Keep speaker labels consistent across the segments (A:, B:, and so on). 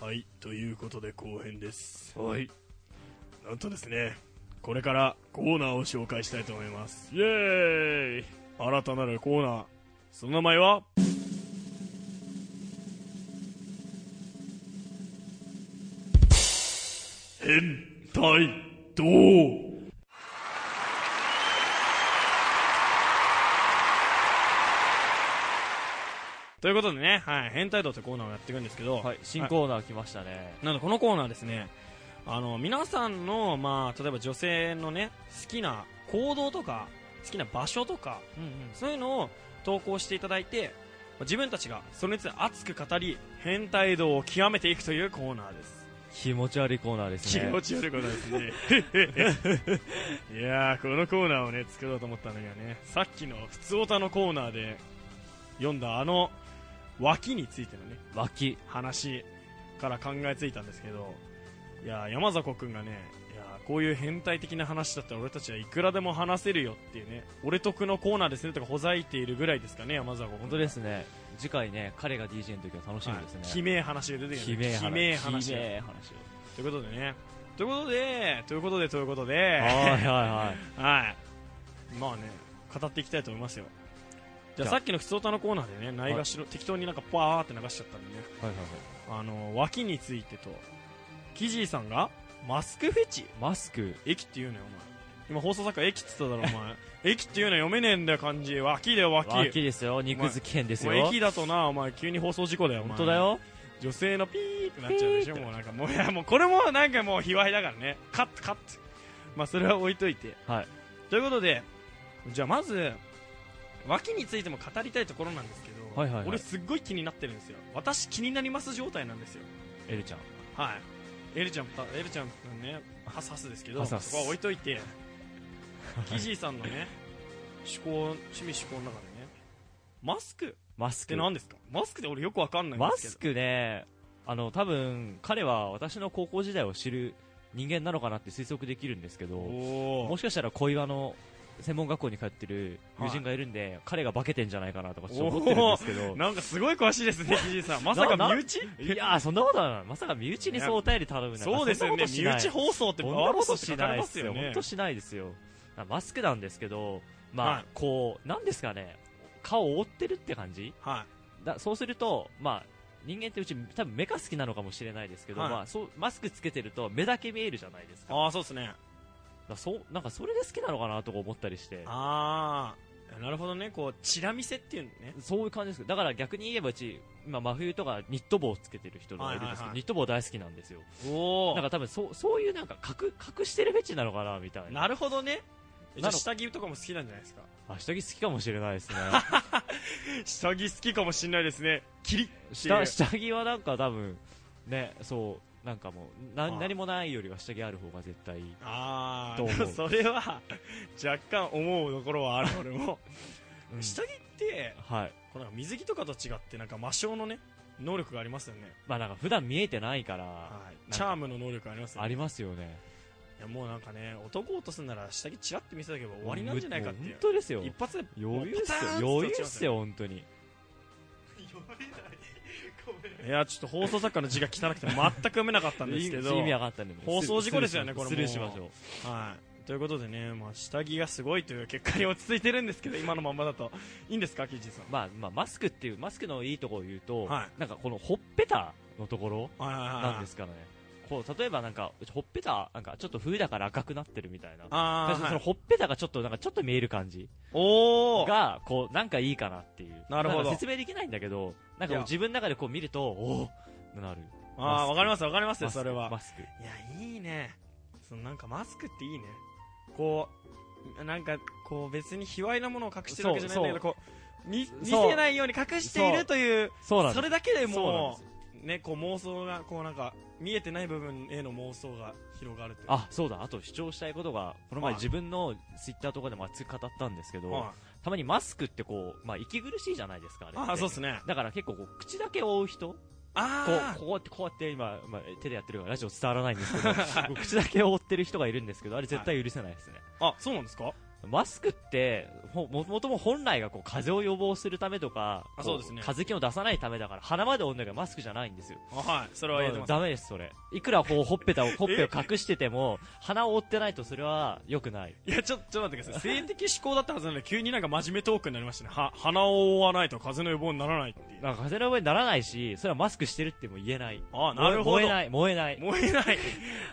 A: はい、ということで後編です。
B: はい。
A: なんとですね、これからコーナーを紹介したいと思います。
B: イェーイ
A: 新たなるコーナー、その名前は変態道ということでね、はい、変態道ってコーナーをやっていくんですけど、
B: はい、新コーナー来ましたね。
A: なのでこのコーナーですねあの皆さんの、まあ、例えば女性のね好きな行動とか好きな場所とか
B: うんうん。
A: そういうのを投稿していただいて自分たちがそれについて熱く語り変態度を極めていくというコーナーです
B: 気持ち悪いコーナーです
A: 気
B: ね。
A: 持ち悪いことですね いやーこのコーナーをね作ろうと思ったんだけどねさっきの「ふつおた」のコーナーで読んだあの脇についてのね
B: 脇。
A: 話から考えついたんですけどいや山迫君がねいやこういう変態的な話だったら俺たちはいくらでも話せるよっていうね俺得のコーナーですねとかほざいているぐらいですかね山迫君
B: 本当ですね。次回ね、彼が DJ の時は楽し
A: は
B: み
A: い
B: ですね。
A: 悲鳴話が出てきて
B: 悲鳴
A: 悲
B: 話。
A: 鳴話
B: 悲
A: が
B: 鳴話
A: ということでねということでということでということで
B: はいはいはい。
A: はいまあね語っていきたいと思いますよじゃあ
B: じゃ
A: さ
B: あ
A: っきの「ふつおた」のコーナーでねないがしろ、適当になんかバーって流しちゃったんでね
B: はいはいはい。
A: あの脇についてとキジーさんがマスクフェチ
B: マスク。
A: 駅って言うなよお前今放送作家駅って言っただ ろお前駅って言うの読めねえんだよ漢字脇だよ脇
B: 脇ですよ。肉付き編です
A: もう
B: よ。
A: 駅だとなお前急に放送事故だよお前
B: 本当だよ。
A: 女性のピーってなっちゃうでしょもうなんかもういやもうこれもなんかもう卑猥だからねカットカットまあそれは置いといて
B: はい。
A: ということでじゃあまず脇についても語りたいところなんですけど、
B: はいはいはい
A: 俺すっごい気になってるんですよ私気になります状態なんですよ
B: エルちゃん。
A: はい。エルちゃんた、エルちゃんね、ハスハスですけど、
B: ハ
A: そ
B: ス
A: こは
B: ハス
A: 置いとい て、キジーさんのね、趣向、趣味趣向の中でね、マスクっ
B: マス
A: て
B: ク。
A: 何ですかマスクって俺よくわかんないんで
B: マ
A: すけど
B: ス。クね、あの、多分、彼は私の高校時代を知る人間なのかなって推測できるんですけど、
A: お
B: も
A: ー
B: しかしたら小岩の専門学校に通ってる友人がいるんで、彼が化けてんじゃないかなとかちょっと思ってるんですけど、
A: なんかすごい詳しいですね、キジーさん。まさか
B: な
A: 身
B: な
A: 内
B: いやー、そんなことはない。まさか身内にそうお便り頼むなんて
A: そうですよね、身内
B: そんなこ
A: 放送って
B: とし
A: 回
B: な
A: ろ
B: いそんなこ
A: うと
B: と
A: してか
B: しな
A: か
B: い
A: り
B: で
A: ますす
B: よ。
A: よ
B: 本
A: ね
B: 当。しないですよ。あマスクなんですけど、まあ、
A: はい
B: こう、なんですかね、顔を覆ってるって感じ
A: は
B: だそうすると、まあ、人間ってうち多分目が好きなのかもしれないですけど、
A: はい
B: まあ、そうマスクつけてると目だけ見えるじゃないです
A: い。
B: か
A: ああ、そうですね。
B: だそうなんかそれで好きなのかなとか思ったりして
A: ああ、なるほどね、こう、チラ見せっていうのね。
B: そういう感じですだから逆に言えばうち今真冬とかニット帽をつけてる人がいるんです
A: は
B: けど、
A: いはいはい
B: ニット帽大好きなんですよ
A: お
B: なんか多分そうそういうなんか隠隠してるフェチなのかなみたいな
A: なるほどね。えじゃ
B: な
A: あ
B: の
A: 下着とかも好きなんじゃないですか
B: あ下着好きかもしれないですね
A: 下着好きかもしんないですね。キリッ
B: 下下着はなんか多分ねそうなんかもうな
A: はい
B: 何もないよりは下着ある方が絶対
A: あ
B: どう
A: あ、
B: 思う
A: それは若干思うところはある、俺も。
B: うん
A: 下着って、
B: はい
A: こうなんか水着とかと違って、なんか魔性のね、能力がありますよね。
B: まあなんか普段見えてないから、
A: はい。チャームの能力ありますよ
B: あ
A: ね。
B: りますよね
A: いや、もうなんかね、男を落とすなら下着チラッと見せとけば終わりなんじゃないかってい
B: もう
A: う
B: 本。当ですよ
A: 一発で、
B: 余裕っ
A: もうパターン
B: す
A: て
B: よ余
A: 落ち
B: 裕
A: ま
B: っすよ本当に
A: いや、ちょっと放送作家の字が汚くて全く読めなかったんですけど。
B: 意味わかったんで
A: 放送事故ですよねこれもう
B: スルーしましょう
A: はい。ということでね、まあ、下着がすごいという結果に落ち着いてるん ですけど、今のまんまだと。いいんですか、キジさん。
B: まあまあ、マスクっていうマスクのいいところを言うと、
A: は
B: なんかこのほっぺたのところ
A: はいはいはい
B: なんですかね、こう例えばなんかほっぺたなんかちょっと冬だから赤くなってるみたいな
A: あ
B: 私
A: ー、は
B: その
A: い、
B: ほっぺたがちょっとなんかちょっと見える感じ
A: おー
B: がこうなんかいいかなっていう
A: なるほど
B: んか説明できないんだけどなん
A: い
B: か
A: や
B: もう自分の中でこう見るとおおなる
A: あーわかりますわかりますよ
B: マスク
A: それは
B: マスク
A: いやいいねそのなんかマスクっていいねこうなんかこう別に卑猥なものを隠してるわけじゃないんだけどこう見見
B: そう
A: せないように隠しているという
B: そうなんです
A: れだけで
B: そうなんで
A: も
B: す
A: うねこう妄想がこうなんか見えてない部分への妄想が広がるという
B: あそうだあと主張したいことがこの
A: は
B: 前
A: い
B: 自分のツイッターとかでも熱く語ったんですけど、
A: は
B: たまにマスクってこう、まあ、息苦しいじゃないですかあれ
A: い
B: って
A: あーそうっすね
B: だから結構こう口だけ覆う人こ
A: あ
B: うこうやってこうやって今、まあ、手でやってるから ラジオ伝わらないんですけどこう口だけ覆ってる人がいるんですけどあれ絶対許せないですね、
A: ああそうなんですか
B: マスクってほももとも本来がこう風邪を予防するためとか
A: あそうですね
B: こ風邪気を出さないためだから鼻まで覆うんだけどマスクじゃないんですよ
A: あはいそれは言えてます
B: ダメですそれいくらこうほっぺた をほっぺを隠してても鼻を覆ってないとそれは良くない
A: いやちょちょっと待ってください性的思考だったはずなのに急になんか真面目トークになりましたねは鼻を覆わないと風邪の予防にならないっていう
B: なんか風邪の上にならないしそれはマスクしてるっても言えない
A: あなるほ
B: 燃
A: ど
B: えない燃えない
A: 燃え ない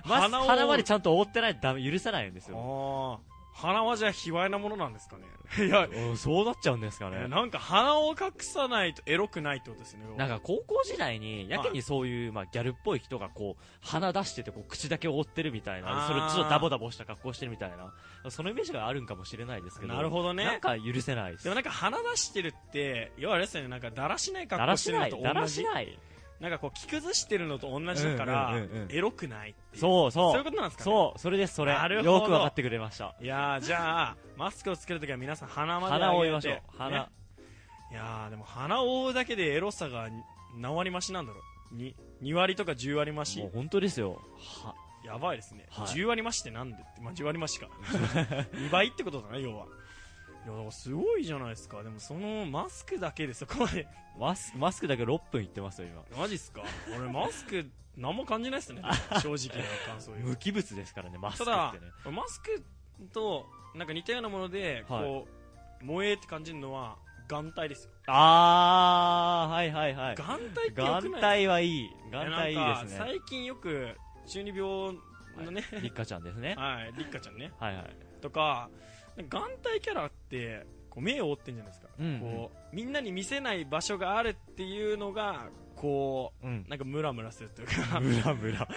B: マス
A: 鼻を
B: 鼻までちゃんと覆ってないとダメ許さないんですよ
A: ああ鼻はじゃあ卑猥なものなんですかねいや、
B: うんそうなっちゃうんですかね
A: なんか鼻を隠さないとエロくないってことですよね
B: なんか高校時代にやけにそういう、まあ、ギャルっぽい人がこう鼻出しててこう口だけ覆ってるみたい
A: あー
B: なそれちょっとダボダボした格好してるみたいなそのイメージがあるんかもしれないですけど
A: なるほどね
B: なんか許せないです
A: でもなんか鼻出してるって要はあれですよねなんかだらしない
B: だ
A: 格
B: ら
A: 好して
B: し
A: る
B: な
A: の
B: い
A: と
B: だ
A: 同
B: らし
A: じ
B: ない
A: なんかこう着崩してるのと同じだから、
B: うんうんうんうん
A: エロくないっていう
B: そうそう
A: そういうことなんですかね
B: そうそれですそれ
A: なるほど
B: よく分かってくれました
A: いやーじゃあマスクをつけるときは皆さん鼻まで
B: 鼻を覆
A: 上げ
B: いま
A: て
B: しょう鼻、
A: ねいやーでも鼻を覆うだけでエロさが何割増しなんだろう 2, 2割とか10割増し
B: もう本当ですよは
A: やばいですね、
B: はい
A: 10割増しってなんでって、まあ、10割増し か2倍ってことだね要はいやだからすごいじゃないですかでもそのマスクだけでそこまで
B: マスマスクだけ6分いってますよ今
A: マジっすか俺マスク何も感じないっすね正直な感想言う
B: 無機物ですからねマスク
A: た
B: って
A: だ
B: ね
A: 俺マスクとなんか似たようなもので、
B: はい
A: こう萌えって感じるのは眼帯ですよ
B: あーはいはいはい
A: 眼 帯ってよく
B: 眼
A: ない
B: 帯はいい眼帯いいです
A: なんか
B: ね
A: 最近よく中二病のね、
B: りっかちゃんです ね
A: はい、りっかちゃんね
B: はいはい
A: とかなんか眼帯キャラってこう目を覆ってんじゃないですか、
B: うんうん
A: こうみんなに見せない場所があるっていうのがこ
B: うん
A: うなんかムラムラするというか
B: ムラムラ
A: か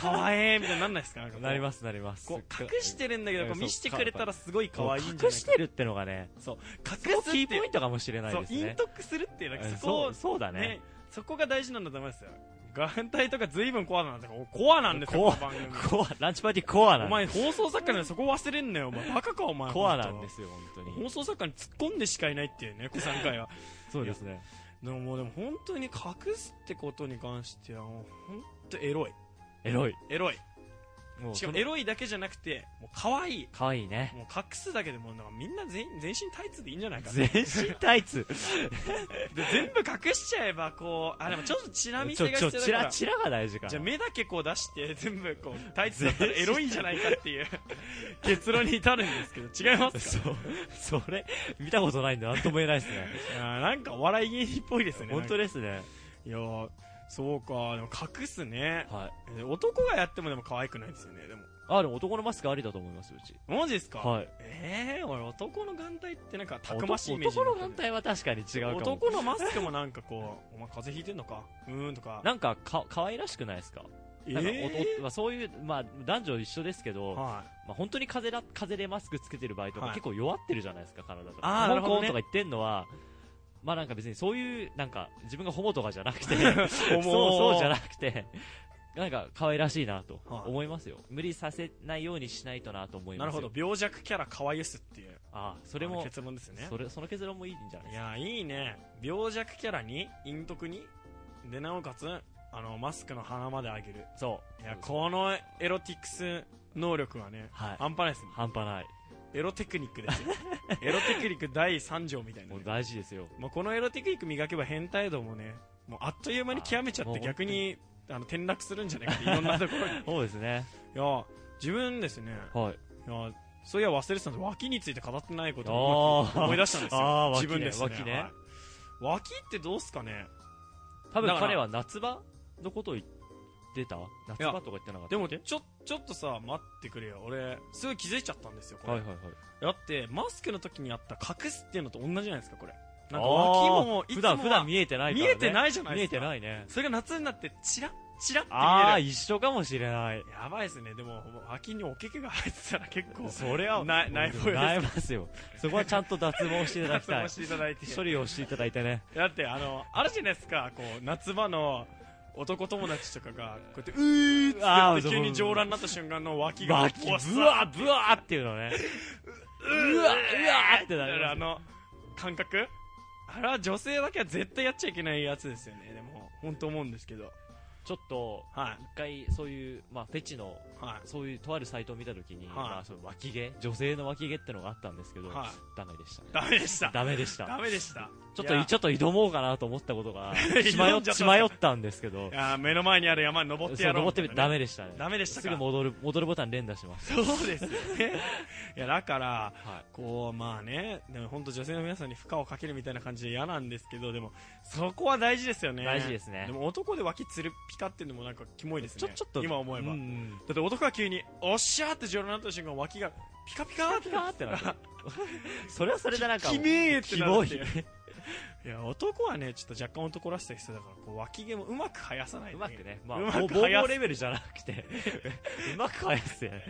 A: かわえーみたいになんないですかなんかこう
B: なりますなります
A: こう隠してるんだけどこう見せてくれたらすごい可愛いんじゃないか
B: 隠してるってのがね
A: そう
B: そこキ
A: 隠
B: ー
A: すって
B: ポイントかもしれない
A: そう
B: です
A: 陰
B: ね
A: 徳するっていうなんか
B: うん
A: そこを
B: そうそうだね
A: ねそこが大事なんだと思いますよ眼帯とか随分コアなんだからコアなんですよこの番組
B: コアランチパーティーコアな
A: お
B: んで
A: 前放送作家なのにそこ忘れんなよお前バカかお前
B: すコアなんですすよ本当に
A: 放送作家に突っ込んでしかいないっていうね、こ3回は。
B: そうですね
A: でももうでも本当に隠すってことに関してはもう本当エロい。
B: エロい
A: エロい。
B: もう
A: しか
B: そ
A: も
B: の
A: エロいだけじゃなくて、もう可愛い。
B: 可愛いね
A: もう隠すだけでもうなんかみんな全全身タイツでいいんじゃないかな
B: 全身タイツ
A: で全部隠しちゃえばこう、あ、でもちょっとチラ見
B: ち
A: せ
B: ょ
A: が
B: ちょ
A: 必要
B: チ
A: だか
B: ラ
A: ら。
B: チラが大事かな
A: じゃあ目だけこう出して 全部こうタイツだったらエロいんじゃないかっていう 結論に至るんですけど違いますか
B: そうそれ見たことないんで何とも言えないです ね
A: あーなんかお笑い芸人っぽいですよね
B: 本当ですね
A: いやーそうかでも隠すね
B: はい
A: え男がやってもでも可愛くないですよねでも
B: あでも男のマスクありだと思いますうち
A: マジですか、
B: はい
A: ええー、俺男の眼帯ってなんかたくましいイメージ
B: 男の眼帯は確かに違うかも
A: 男のマスクもなんかこう「お前風邪ひいてんのか?」うーんとか
B: なんかか可愛らしくないですか,、なんかお
A: え
B: とまあ、そういう、まあ、男女一緒ですけど、
A: ーはい
B: まあ、本当に風邪だ風邪でマスクつけてる場合と
A: は
B: か、
A: い
B: 結構弱ってるじゃないですか体とか
A: あーなるほどね
B: 香港とか言ってんのはまあなんか別にそういうなんか自分がホモとかじゃな くてそうそうじゃなくてなんか可愛らしいなと
A: はい
B: 思いますよ、無理させないようにしないとなと思い
A: な
B: ま
A: る
B: すよ
A: ほど病弱キャラ可愛いすっていう
B: あーそ
A: そ
B: れも
A: 結論ですよね
B: それその結論もいいんじゃない
A: い
B: ですか
A: やいいね病弱キャラに陰徳にでなおかつあのマスクの鼻まで上げる
B: そう
A: いやこのエロティクス能力はね
B: はい
A: 半端ないですね
B: 半端ない
A: エロテクニックです よエロテクニック第3条みたいな
B: も
A: ね、
B: う大事ですよ
A: もうこのエロテクニック磨けば変態度もねもうあっという間に極めちゃっ
B: あーも
A: て
B: う
A: 逆にあの転落するんじゃないかっていろんなとこ ろにい
B: そうですね
A: や自分ですね
B: はい
A: いやそういや忘れてたんです脇について語ってないこと
B: あ
A: を
B: ー
A: 思い出したんです
B: あ
A: よ
B: ー脇ね
A: 自分ですね
B: 脇ね
A: はい脇ってどうっすかね
B: 多分
A: だから
B: 彼は夏場のことを言ってた夏場とか言ってなかった
A: でも
B: は
A: ちょちょっとさ待ってくれよ俺すごい気づいちゃったんですよこれ、
B: いはいはい
A: だってマスクの時にあった隠すっていうのと同じじゃないですかこれなんか脇
B: あー
A: もいつ
B: 普
A: もは
B: 段普段見えてないから、
A: 見
B: ね、
A: えてないじゃない
B: 見
A: で
B: え
A: すか
B: てないね
A: それが夏になってチラッチラッ
B: ああ
A: って
B: 一緒かもしれない
A: 見えるやばいですねでも脇におけけが入ってたら結構
B: それは
A: ないないぽいです
B: ないますよそこはちゃんと脱毛していただきた
A: 脱
B: い
A: 毛していただいて
B: 処理をしていただいてね
A: だってあのあるじゃないですかこう夏場の男友達とかがこうやってうーっ
B: あ
A: つって
B: ー
A: 急に上乱になった瞬間の脇が
B: 脇ブ
A: こ
B: ワ
A: うさ
B: ーブワーっていうのねうわうわーってな
A: だか
B: り
A: ら
B: ま
A: あ
B: す
A: の感覚あれは女性だけは絶対やっちゃいけないやつですよねでも本当思うんですけど
B: ちょっと、
A: は
B: 一回そういう、まあ、フェチの、
A: い。は
B: そういうとあるサイトを見たときに、
A: はい
B: まあ、その脇毛、女性の脇毛ってのがあったんですけ
A: い。
B: ど、
A: はい。
B: ダメでしたね。
A: ダメでした。
B: ダメでした。
A: ダメでした。
B: ちょっ
A: い
B: と、
A: や
B: ちょっと挑もうかなと思ったこ とが、しま
A: 挑
B: よ
A: んじゃったんです
B: し
A: ね
B: まよったんですけど
A: い、やー目の前にある山に登って
B: そう
A: やろう
B: 登ってみ
A: みたい
B: ダ
A: なね
B: メでしたね。
A: ダメでしたか
B: すぐ戻る、戻るボタン連打しました。
A: そうですよねいやだから
B: はい。
A: こうまあねでも本当女性の皆さんに負荷をかけるみたいな感じで嫌なんですけどでもそこは大事ですよね
B: 大事です
A: で
B: ね。
A: も男で脇つるピカっていうのもなんかキモいですね
B: ちょ、ちょっと、
A: 今思えば、
B: う
A: だ
B: ん
A: って男が急におっしゃーって上になった瞬間脇がピカピカ ーって
B: ピカーってなって。 それはそれでなんか、
A: き めーって
B: キ
A: な
B: モ
A: っ
B: い
A: て。いや男はねちょっと若干男らしさが必要だからこう脇毛もうまく生やさないと
B: うまくね、まあ、
A: うま
B: ボ
A: く
B: ーボ
A: 生や
B: ー
A: す
B: レベルじゃなくて、 うまく生やすよね。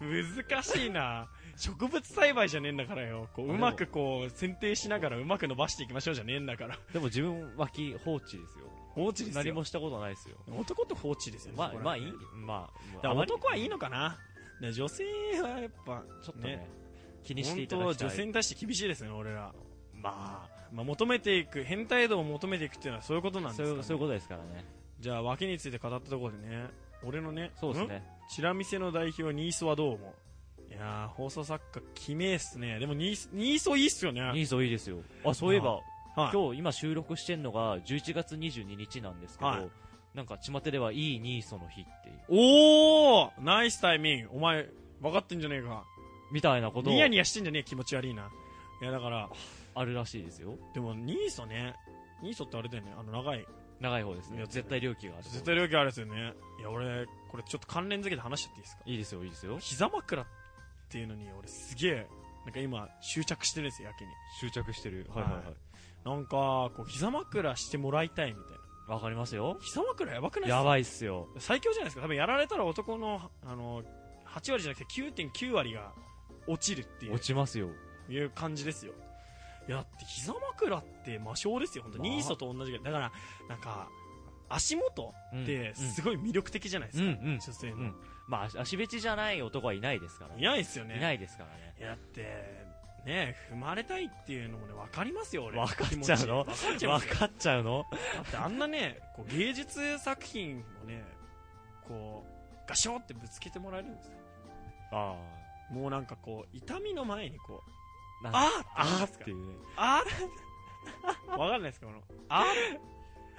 A: 難しいな植物栽培じゃねえんだからよこう
B: あ
A: う
B: でも
A: まくこう剪定しながらうまく伸ばしていきましょうじゃねえんだから
B: でも自分脇放置ですよ。
A: 放置ですよ
B: 何もしたことないですよ。
A: 男って放置ですよね
B: まあ
A: そ、こ
B: ま
A: ら
B: あい
A: 辺
B: い、まあ、
A: だから
B: あまり
A: 男はいいのかなで女性はやっぱ
B: ちょっとね
A: ね
B: 気にして
A: 本
B: いただ
A: 当
B: きたい。
A: 女性に対して厳しいですね俺らまあまあ求めていく変態度を求めていくっていうのはそういうことなんです
B: そ
A: か
B: う
A: ね
B: いうそういうことですからね。
A: じゃあ脇について語ったところでね俺のね
B: そうですね。
A: チラ見せの代表ニーソはどう思ういやー放送作家きめえっすねでもニースニーソいいっすよね
B: ニーソいいですよ。あ、そういえば、
A: はい
B: 今日今収録してんのが11月22日なんですけど、
A: はい
B: なんか巷ではいいニーソの日っていう、
A: おーナイスタイミングお前分かってんじゃねえか
B: みたいなこと
A: ニヤニヤしてんじゃねえ気持ち悪いないやだから
B: あるらしいですよ。
A: でもニーソねニーソってあれだよねあの長い
B: 長い方です
A: い
B: ね
A: や。
B: 絶対料金がある。
A: 絶対領域あるですよねいや俺これちょっと関連付けで話しちゃっていいですか
B: いいですよ、いいですよ。
A: 膝枕っていうのに俺すげえなんか今執着してるんですよやけに
B: 執着してる。
A: はいはいはいなんかこう膝枕してもらいたいみたいな
B: わかりますよ。
A: 膝枕やばくないっす
B: やばいっすよ。
A: 最強じゃないですか多分やられたら男のあの8割じゃなくて9.9割が落ちるっていう
B: 落ちますよ。
A: いう感じですよいやだって膝枕って魔性ですよ本当
B: まあ
A: ニーソと同じぐらいだからなんか足元
B: うん
A: ってすごい魅力的じゃないで
B: う
A: す
B: ん、う
A: か、
B: ん。
A: 女性の、
B: うんまあ、足足べちじゃない男はいないですから
A: いないですよね
B: いないですからね。
A: いやだってね踏まれたいっていうのもね分かりますよ俺
B: 分かっちゃうの
A: 気持ち分かっちゃいま
B: わ
A: すよ
B: かっちゃうの
A: だってあんなねこう芸術作品をねこうガショーってぶつけてもらえるんですよ
B: あ
A: もうなんかこう痛みの前にこう
B: あ。なんか
A: あ
B: あ
A: あ
B: ー
A: あ
B: っていうね。
A: あ わかんないですかこのあ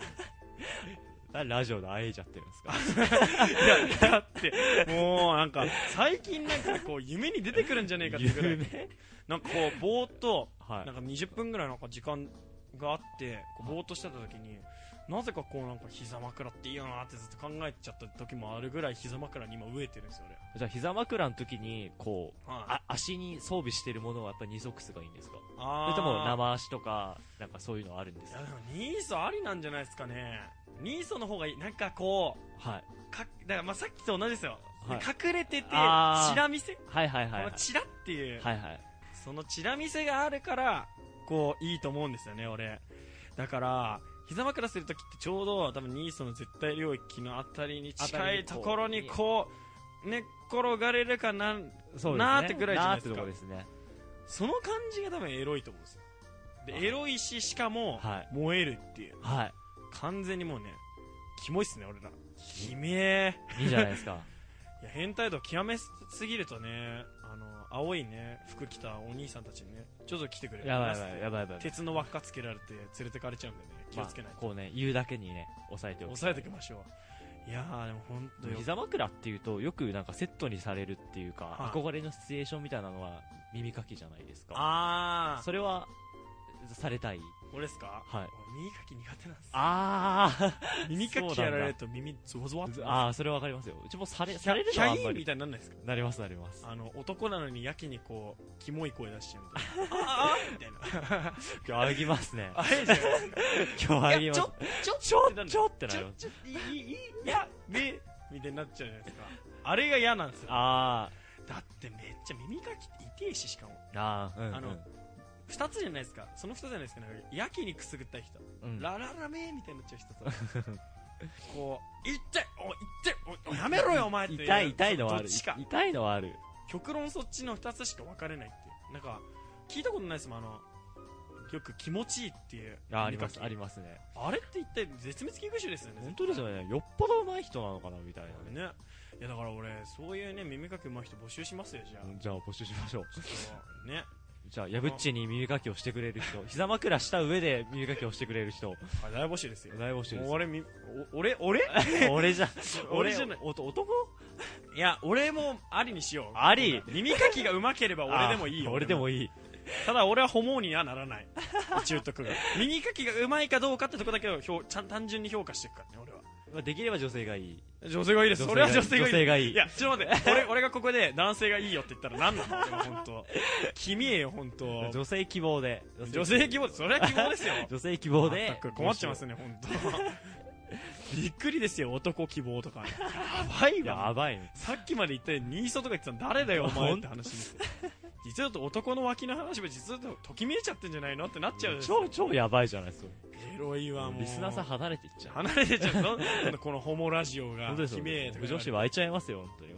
B: なんでラジオであえいちゃってるんですか
A: いやだってもうなんか最近なんかこう夢に出てくるんじゃねえかっていうぐらい
B: 夢
A: なんかこうぼーっと
B: はい
A: なん。か20分ぐらいなんか時間があってこうぼーっとしてた時になぜかこうなんか膝枕っていいよなってずっと考えちゃった時もあるぐらい膝枕に今飢えてるんですよ俺
B: じゃあ、膝枕の時に、こう、
A: はい
B: あ足に装備してるものはやっぱり二足すがいいんですかそ
A: あ
B: れ
A: ー
B: とも生足とか、なんかそういうのあるんで
A: い
B: す
A: や
B: か
A: でもニーソありなんじゃないですかねニーソの方がいいなんかこう
B: はい。
A: かだからまあさっきと同じですよ、
B: はい
A: 隠れててチ
B: あー
A: ラ見せ
B: はいはいはい
A: こ
B: は
A: の
B: い。
A: チラっていう、
B: はいはい。
A: そのチラ見せがあるからこういいと思うんですよね俺だから膝枕するときってちょうど多分ニーソの絶対領域のあたりに近いところにこう寝っ転がれるかなん
B: そうですね。
A: なーってぐらいじゃないですか
B: ーってとこですね。
A: その感じが多分エロいと思うんですよ
B: あ
A: でエロいししかも
B: はい。
A: 燃えるっていう
B: は
A: 完全にもうねキモいっすね俺らキメ
B: い。いいじゃない ですか。
A: ーいや変態度極めすぎるとねあの青いね服着たお兄さんたちにねちょっと来てくれ
B: やばいやばいやばいやばい。
A: 鉄の輪っかつけられて連れてかれちゃうんでね気をつけない
B: まあ
A: と、
B: こうね、言うだけにね、抑えておく。
A: 抑えていきましょういやーでも本当よ
B: 膝枕っていうと、よくなんかセットにされるっていう
A: は
B: か
A: い、
B: 憧れのシチュエーションみたいなのは耳かきじゃないですか。
A: ああ
B: それは、されたい。
A: 俺ですか
B: はい
A: 俺耳かき苦手なんですよ
B: あー
A: 耳か
B: そうなん
A: き
B: だ
A: やられると耳ゾワゾワって
B: あー、それはわかりますよ。うちもされ、される
A: キ
B: のはあ
A: ャ
B: ん
A: イ
B: ま
A: ンみ
B: り。
A: たいになんないですか
B: なりますなります。
A: あの男なのにやけにこうキモい声出しちゃうみ たいなあーあーみたいな
B: 今日あぎますね。
A: あれじゃない
B: 今日あぎ
A: いや
B: ま
A: ち
B: す
A: ょ。ちょ
B: ちょ
A: ってなんだ
B: ちょってな
A: ち
B: り
A: ょ
B: ま
A: ち
B: す。
A: ょいいいいいやめみたいになっちゃうじゃないですかあれが嫌なんですよ
B: あ
A: だってめっちゃ耳かきって痛えししかも
B: ー、あー、うんうん。
A: あの2つじゃないですかその2つじゃないですかなんかやけにくすぐったい人
B: うん
A: ラララめーみたいになっちゃう人とこう「痛いお痛いおやめろよお前」っていう
B: 痛い痛いのはあ
A: ど
B: る。
A: っちか
B: 痛いのはある。
A: 極論そっちの2つしか分かれないっていうなんか聞いたことないですもんあのよく気持ちいいっていう
B: ああります
A: 見かけ
B: ありますね
A: あれって一体絶滅危惧種ですよね
B: 本当ですよねよっぽど上手い人なのかなみたいなね
A: ねいやだから俺そういうね耳かきうまい人募集しますよじゃあ
B: うんじゃあ募集しましょう
A: ちょっとね
B: じゃあやぶっちに耳かきをしてくれ る人膝枕した上で耳かきをしてくれる人
A: あ大募集ですよ
B: 大募集で
A: もう
B: す
A: 俺みお俺俺
B: 俺じゃ
A: 俺じゃない
B: おと男
A: いや俺もありにしよう
B: あり
A: 耳かきがうまければ俺でもいい
B: あ
A: よ
B: 俺でも
A: いい
B: いい
A: ただ俺はホモにはならない一応言っとくが 耳かきがうまいかどうかってとこだけをひょちゃん単純に評価していくからね俺は
B: まあできれば女性がいい
A: 女性がいいですそれは女性がいい
B: 女性がいい
A: いやちょっと 待って俺俺がここで男性がいいよって言ったら何なの俺は本当君えよ本当
B: 女性希望で
A: 女性希望それは希望です よ
B: 女性希望
A: 全
B: で
A: く困っちゃいますね本当びっくりですよ男希望とかねやばいわ
B: やばいね
A: さっきまで言ったようにニーソとか言ってたの誰だよお前って話ですよ実はちょっと男の脇の話も実はちょっとときめいちゃってんじゃないのってなっちゃうじゃない
B: 超超やばいじゃないですか
A: エロいわもう
B: リスナーさん離れていっちゃう
A: 離れてちゃうぞこのホモラジオが
B: 本当ですよ
A: きめえとか
B: 女子湧いちゃいますよ本当に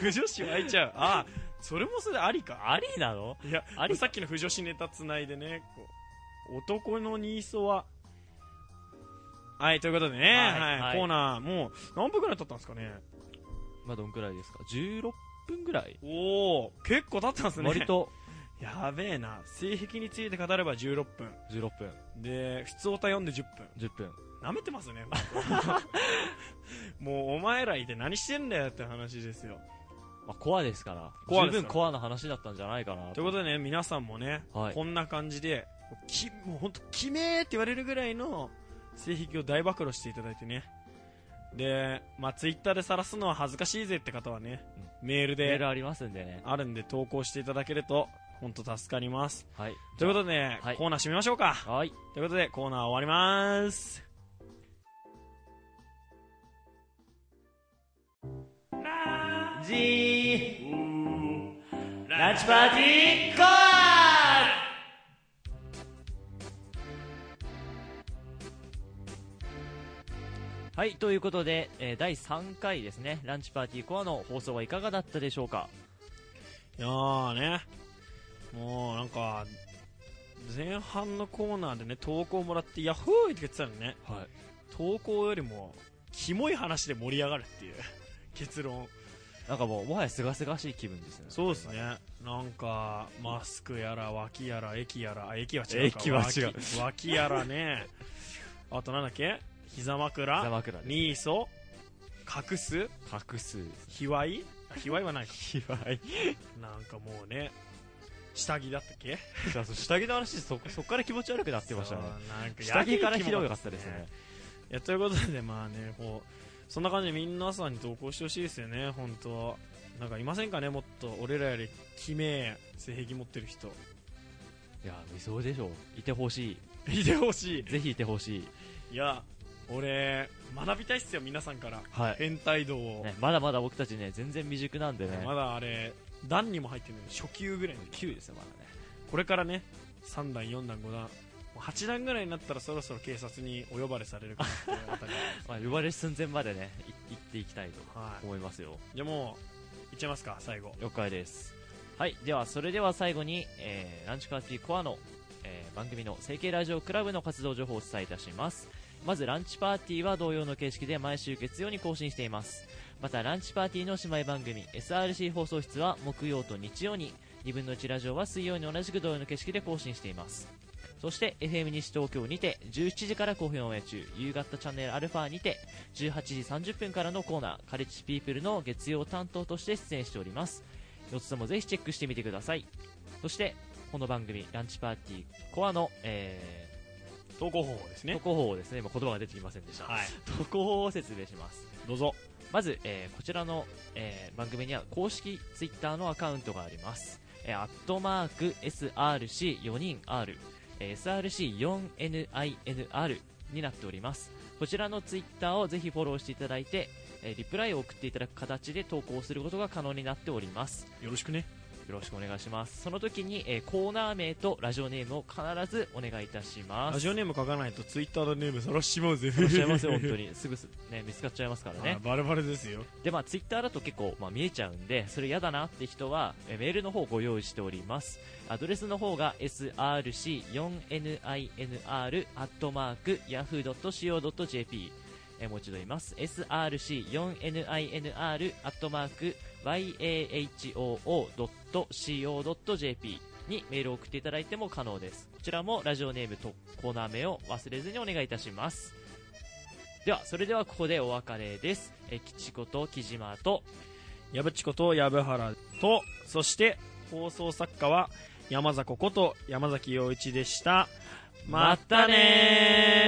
A: 不女子湧いちゃうああそれもそれありか
B: ありなの
A: いや
B: あり
A: さっきの不女子ネタつないでねこう男のニーソははいということでね、
B: はい
A: はい
B: はい
A: コーナーもう何分ぐらい経ったんですかね
B: まあどんくらいですか16分ぐらい
A: おお結構経ったんですね
B: 割と
A: やべえな性癖について語れば16分
B: 16分
A: で普通おた読んで10分
B: 10分
A: なめてますね もうお前らいて何してんだよって話ですよ
B: まあコアですから
A: コア
B: 十
A: ですから
B: 分コアな話だったんじゃないかな
A: ということでね皆さんもね、
B: はい
A: こんな感じできもう本当きめーって言われるぐらいの性癖を大暴露していただいてねで、まあ、ツイッターで晒すのは恥ずかしいぜって方はね、メール
B: メー
A: で
B: ルありますんでね
A: あるんで投稿していただけると本当助かります
B: はい
A: ということでね、
B: はい
A: コーナー締めましょうか
B: とはい
A: ということでコーナー終わります
B: ランチパーティーコアはい、ということで、えー第3回ですね、ランチパーティーコアの放送はいかがだったでしょうか
A: いやーね、もうなんか、前半のコーナーでね、投稿もらって、ヤッホーイって言ってたのにね、
B: はい。
A: 投稿よりも、キモい話で盛り上がるっていう結論。
B: なんかもう、もはやすがすがしい気分ですね。
A: そうですね。なんか、マスクやら、脇やら、駅やら、あ駅は違うか。
B: 駅は違う
A: 脇。脇やらね、あとなんだっけ膝
B: 膝
A: 枕、
B: 枕で
A: ニーソ、隠す、
B: 隠すですね。
A: 卑猥あ卑猥はないか。
B: ひわい。
A: なんかもうね、下着だったっけ
B: じゃあ、下着の話、そ、そっから気持ち悪くなってましたね。
A: そうなんか
B: 下着からひど
A: い
B: かったですね。
A: いやということでまあねこうそんな感じで皆さんに投稿してほしいですよね本当なんかいませんかねもっと俺らよりきめえ性癖持ってる人
B: いや、理想でしょう。いてほし
A: いてほし
B: い。ぜひいてほしい。
A: いいや俺学びたいっすよ皆さんから
B: はい。
A: 変態道を、
B: ね、まだまだ僕たちね、全然未熟なんでね。
A: まだあれ段にも入ってるのに初級ぐらいの
B: 9ですよ、まだね。
A: これからね3段4段5段もう8段ぐらいになったらそろそろ警察にお呼ばれされるかなっていうあ たり
B: まあ、呼ばれる寸前までね、い行っていきたいと
A: はい
B: 思いますよ。
A: じゃあもういっちゃいますか最後
B: 了解です。はい、では、それでは最後に、えーランチパーティーコアの、えー番組の成形ラジオクラブの活動情報をお伝えいたします。まず、ランチパーティーは同様の形式で毎週月曜に更新しています。また、ランチパーティーの姉妹番組、SRC 放送室は木曜と日曜に、2分の1ラジオは水曜に同じく同様の形式で更新しています。そして、FM 西東京にて、17時から後編オンエア中、夕方チャンネルアルファにて、18時30分からのコーナー、カレッジピープルの月曜担当として出演しております。4つともぜひチェックしてみてください。そして、この番組、ランチパーティーコアの、え
A: 投稿方法です
B: ー、
A: ね
B: 投稿法をですね、今言葉が出てきませんでした。
A: はい
B: 投稿法を説明します。
A: どうぞ
B: まず、えーこちらの、えー番組には公式ツイッターのアカウントがあります。えーアットマーク SRC4 人 R、えー SRC4NINR になっております。こちらのツイッターをぜひフォローしていただいて、えーリプライを送っていただく形で投稿することが可能になっております。
A: よろしくね
B: よよろしくお願いしますその時に、えーコーナー名とラジオネームを必ずお願いいたします
A: ラジオネーム書かないとツイッターのネームさらしちまうぜ
B: おっしゃいますよ本当にすぐす、ね、見つかっちゃいますから
A: あ
B: ね
A: バレバレですよ
B: でまあツイッターだと結構、まあ、見えちゃうんでそれ嫌だなって人はえメールの方をご用意しておりますアドレスの方が src4ninr.yahoo.co.jp えもう一度言います src4ninr.yahoo.co.jp にメールを送っていただいても可能ですこちらもラジオネームとコーナー名を忘れずにお願いいたしますではそれではここでお別れですえ吉子と木島と
A: 矢渕こと藪原とそして放送作家は山迫こと山崎陽一でしたまたねー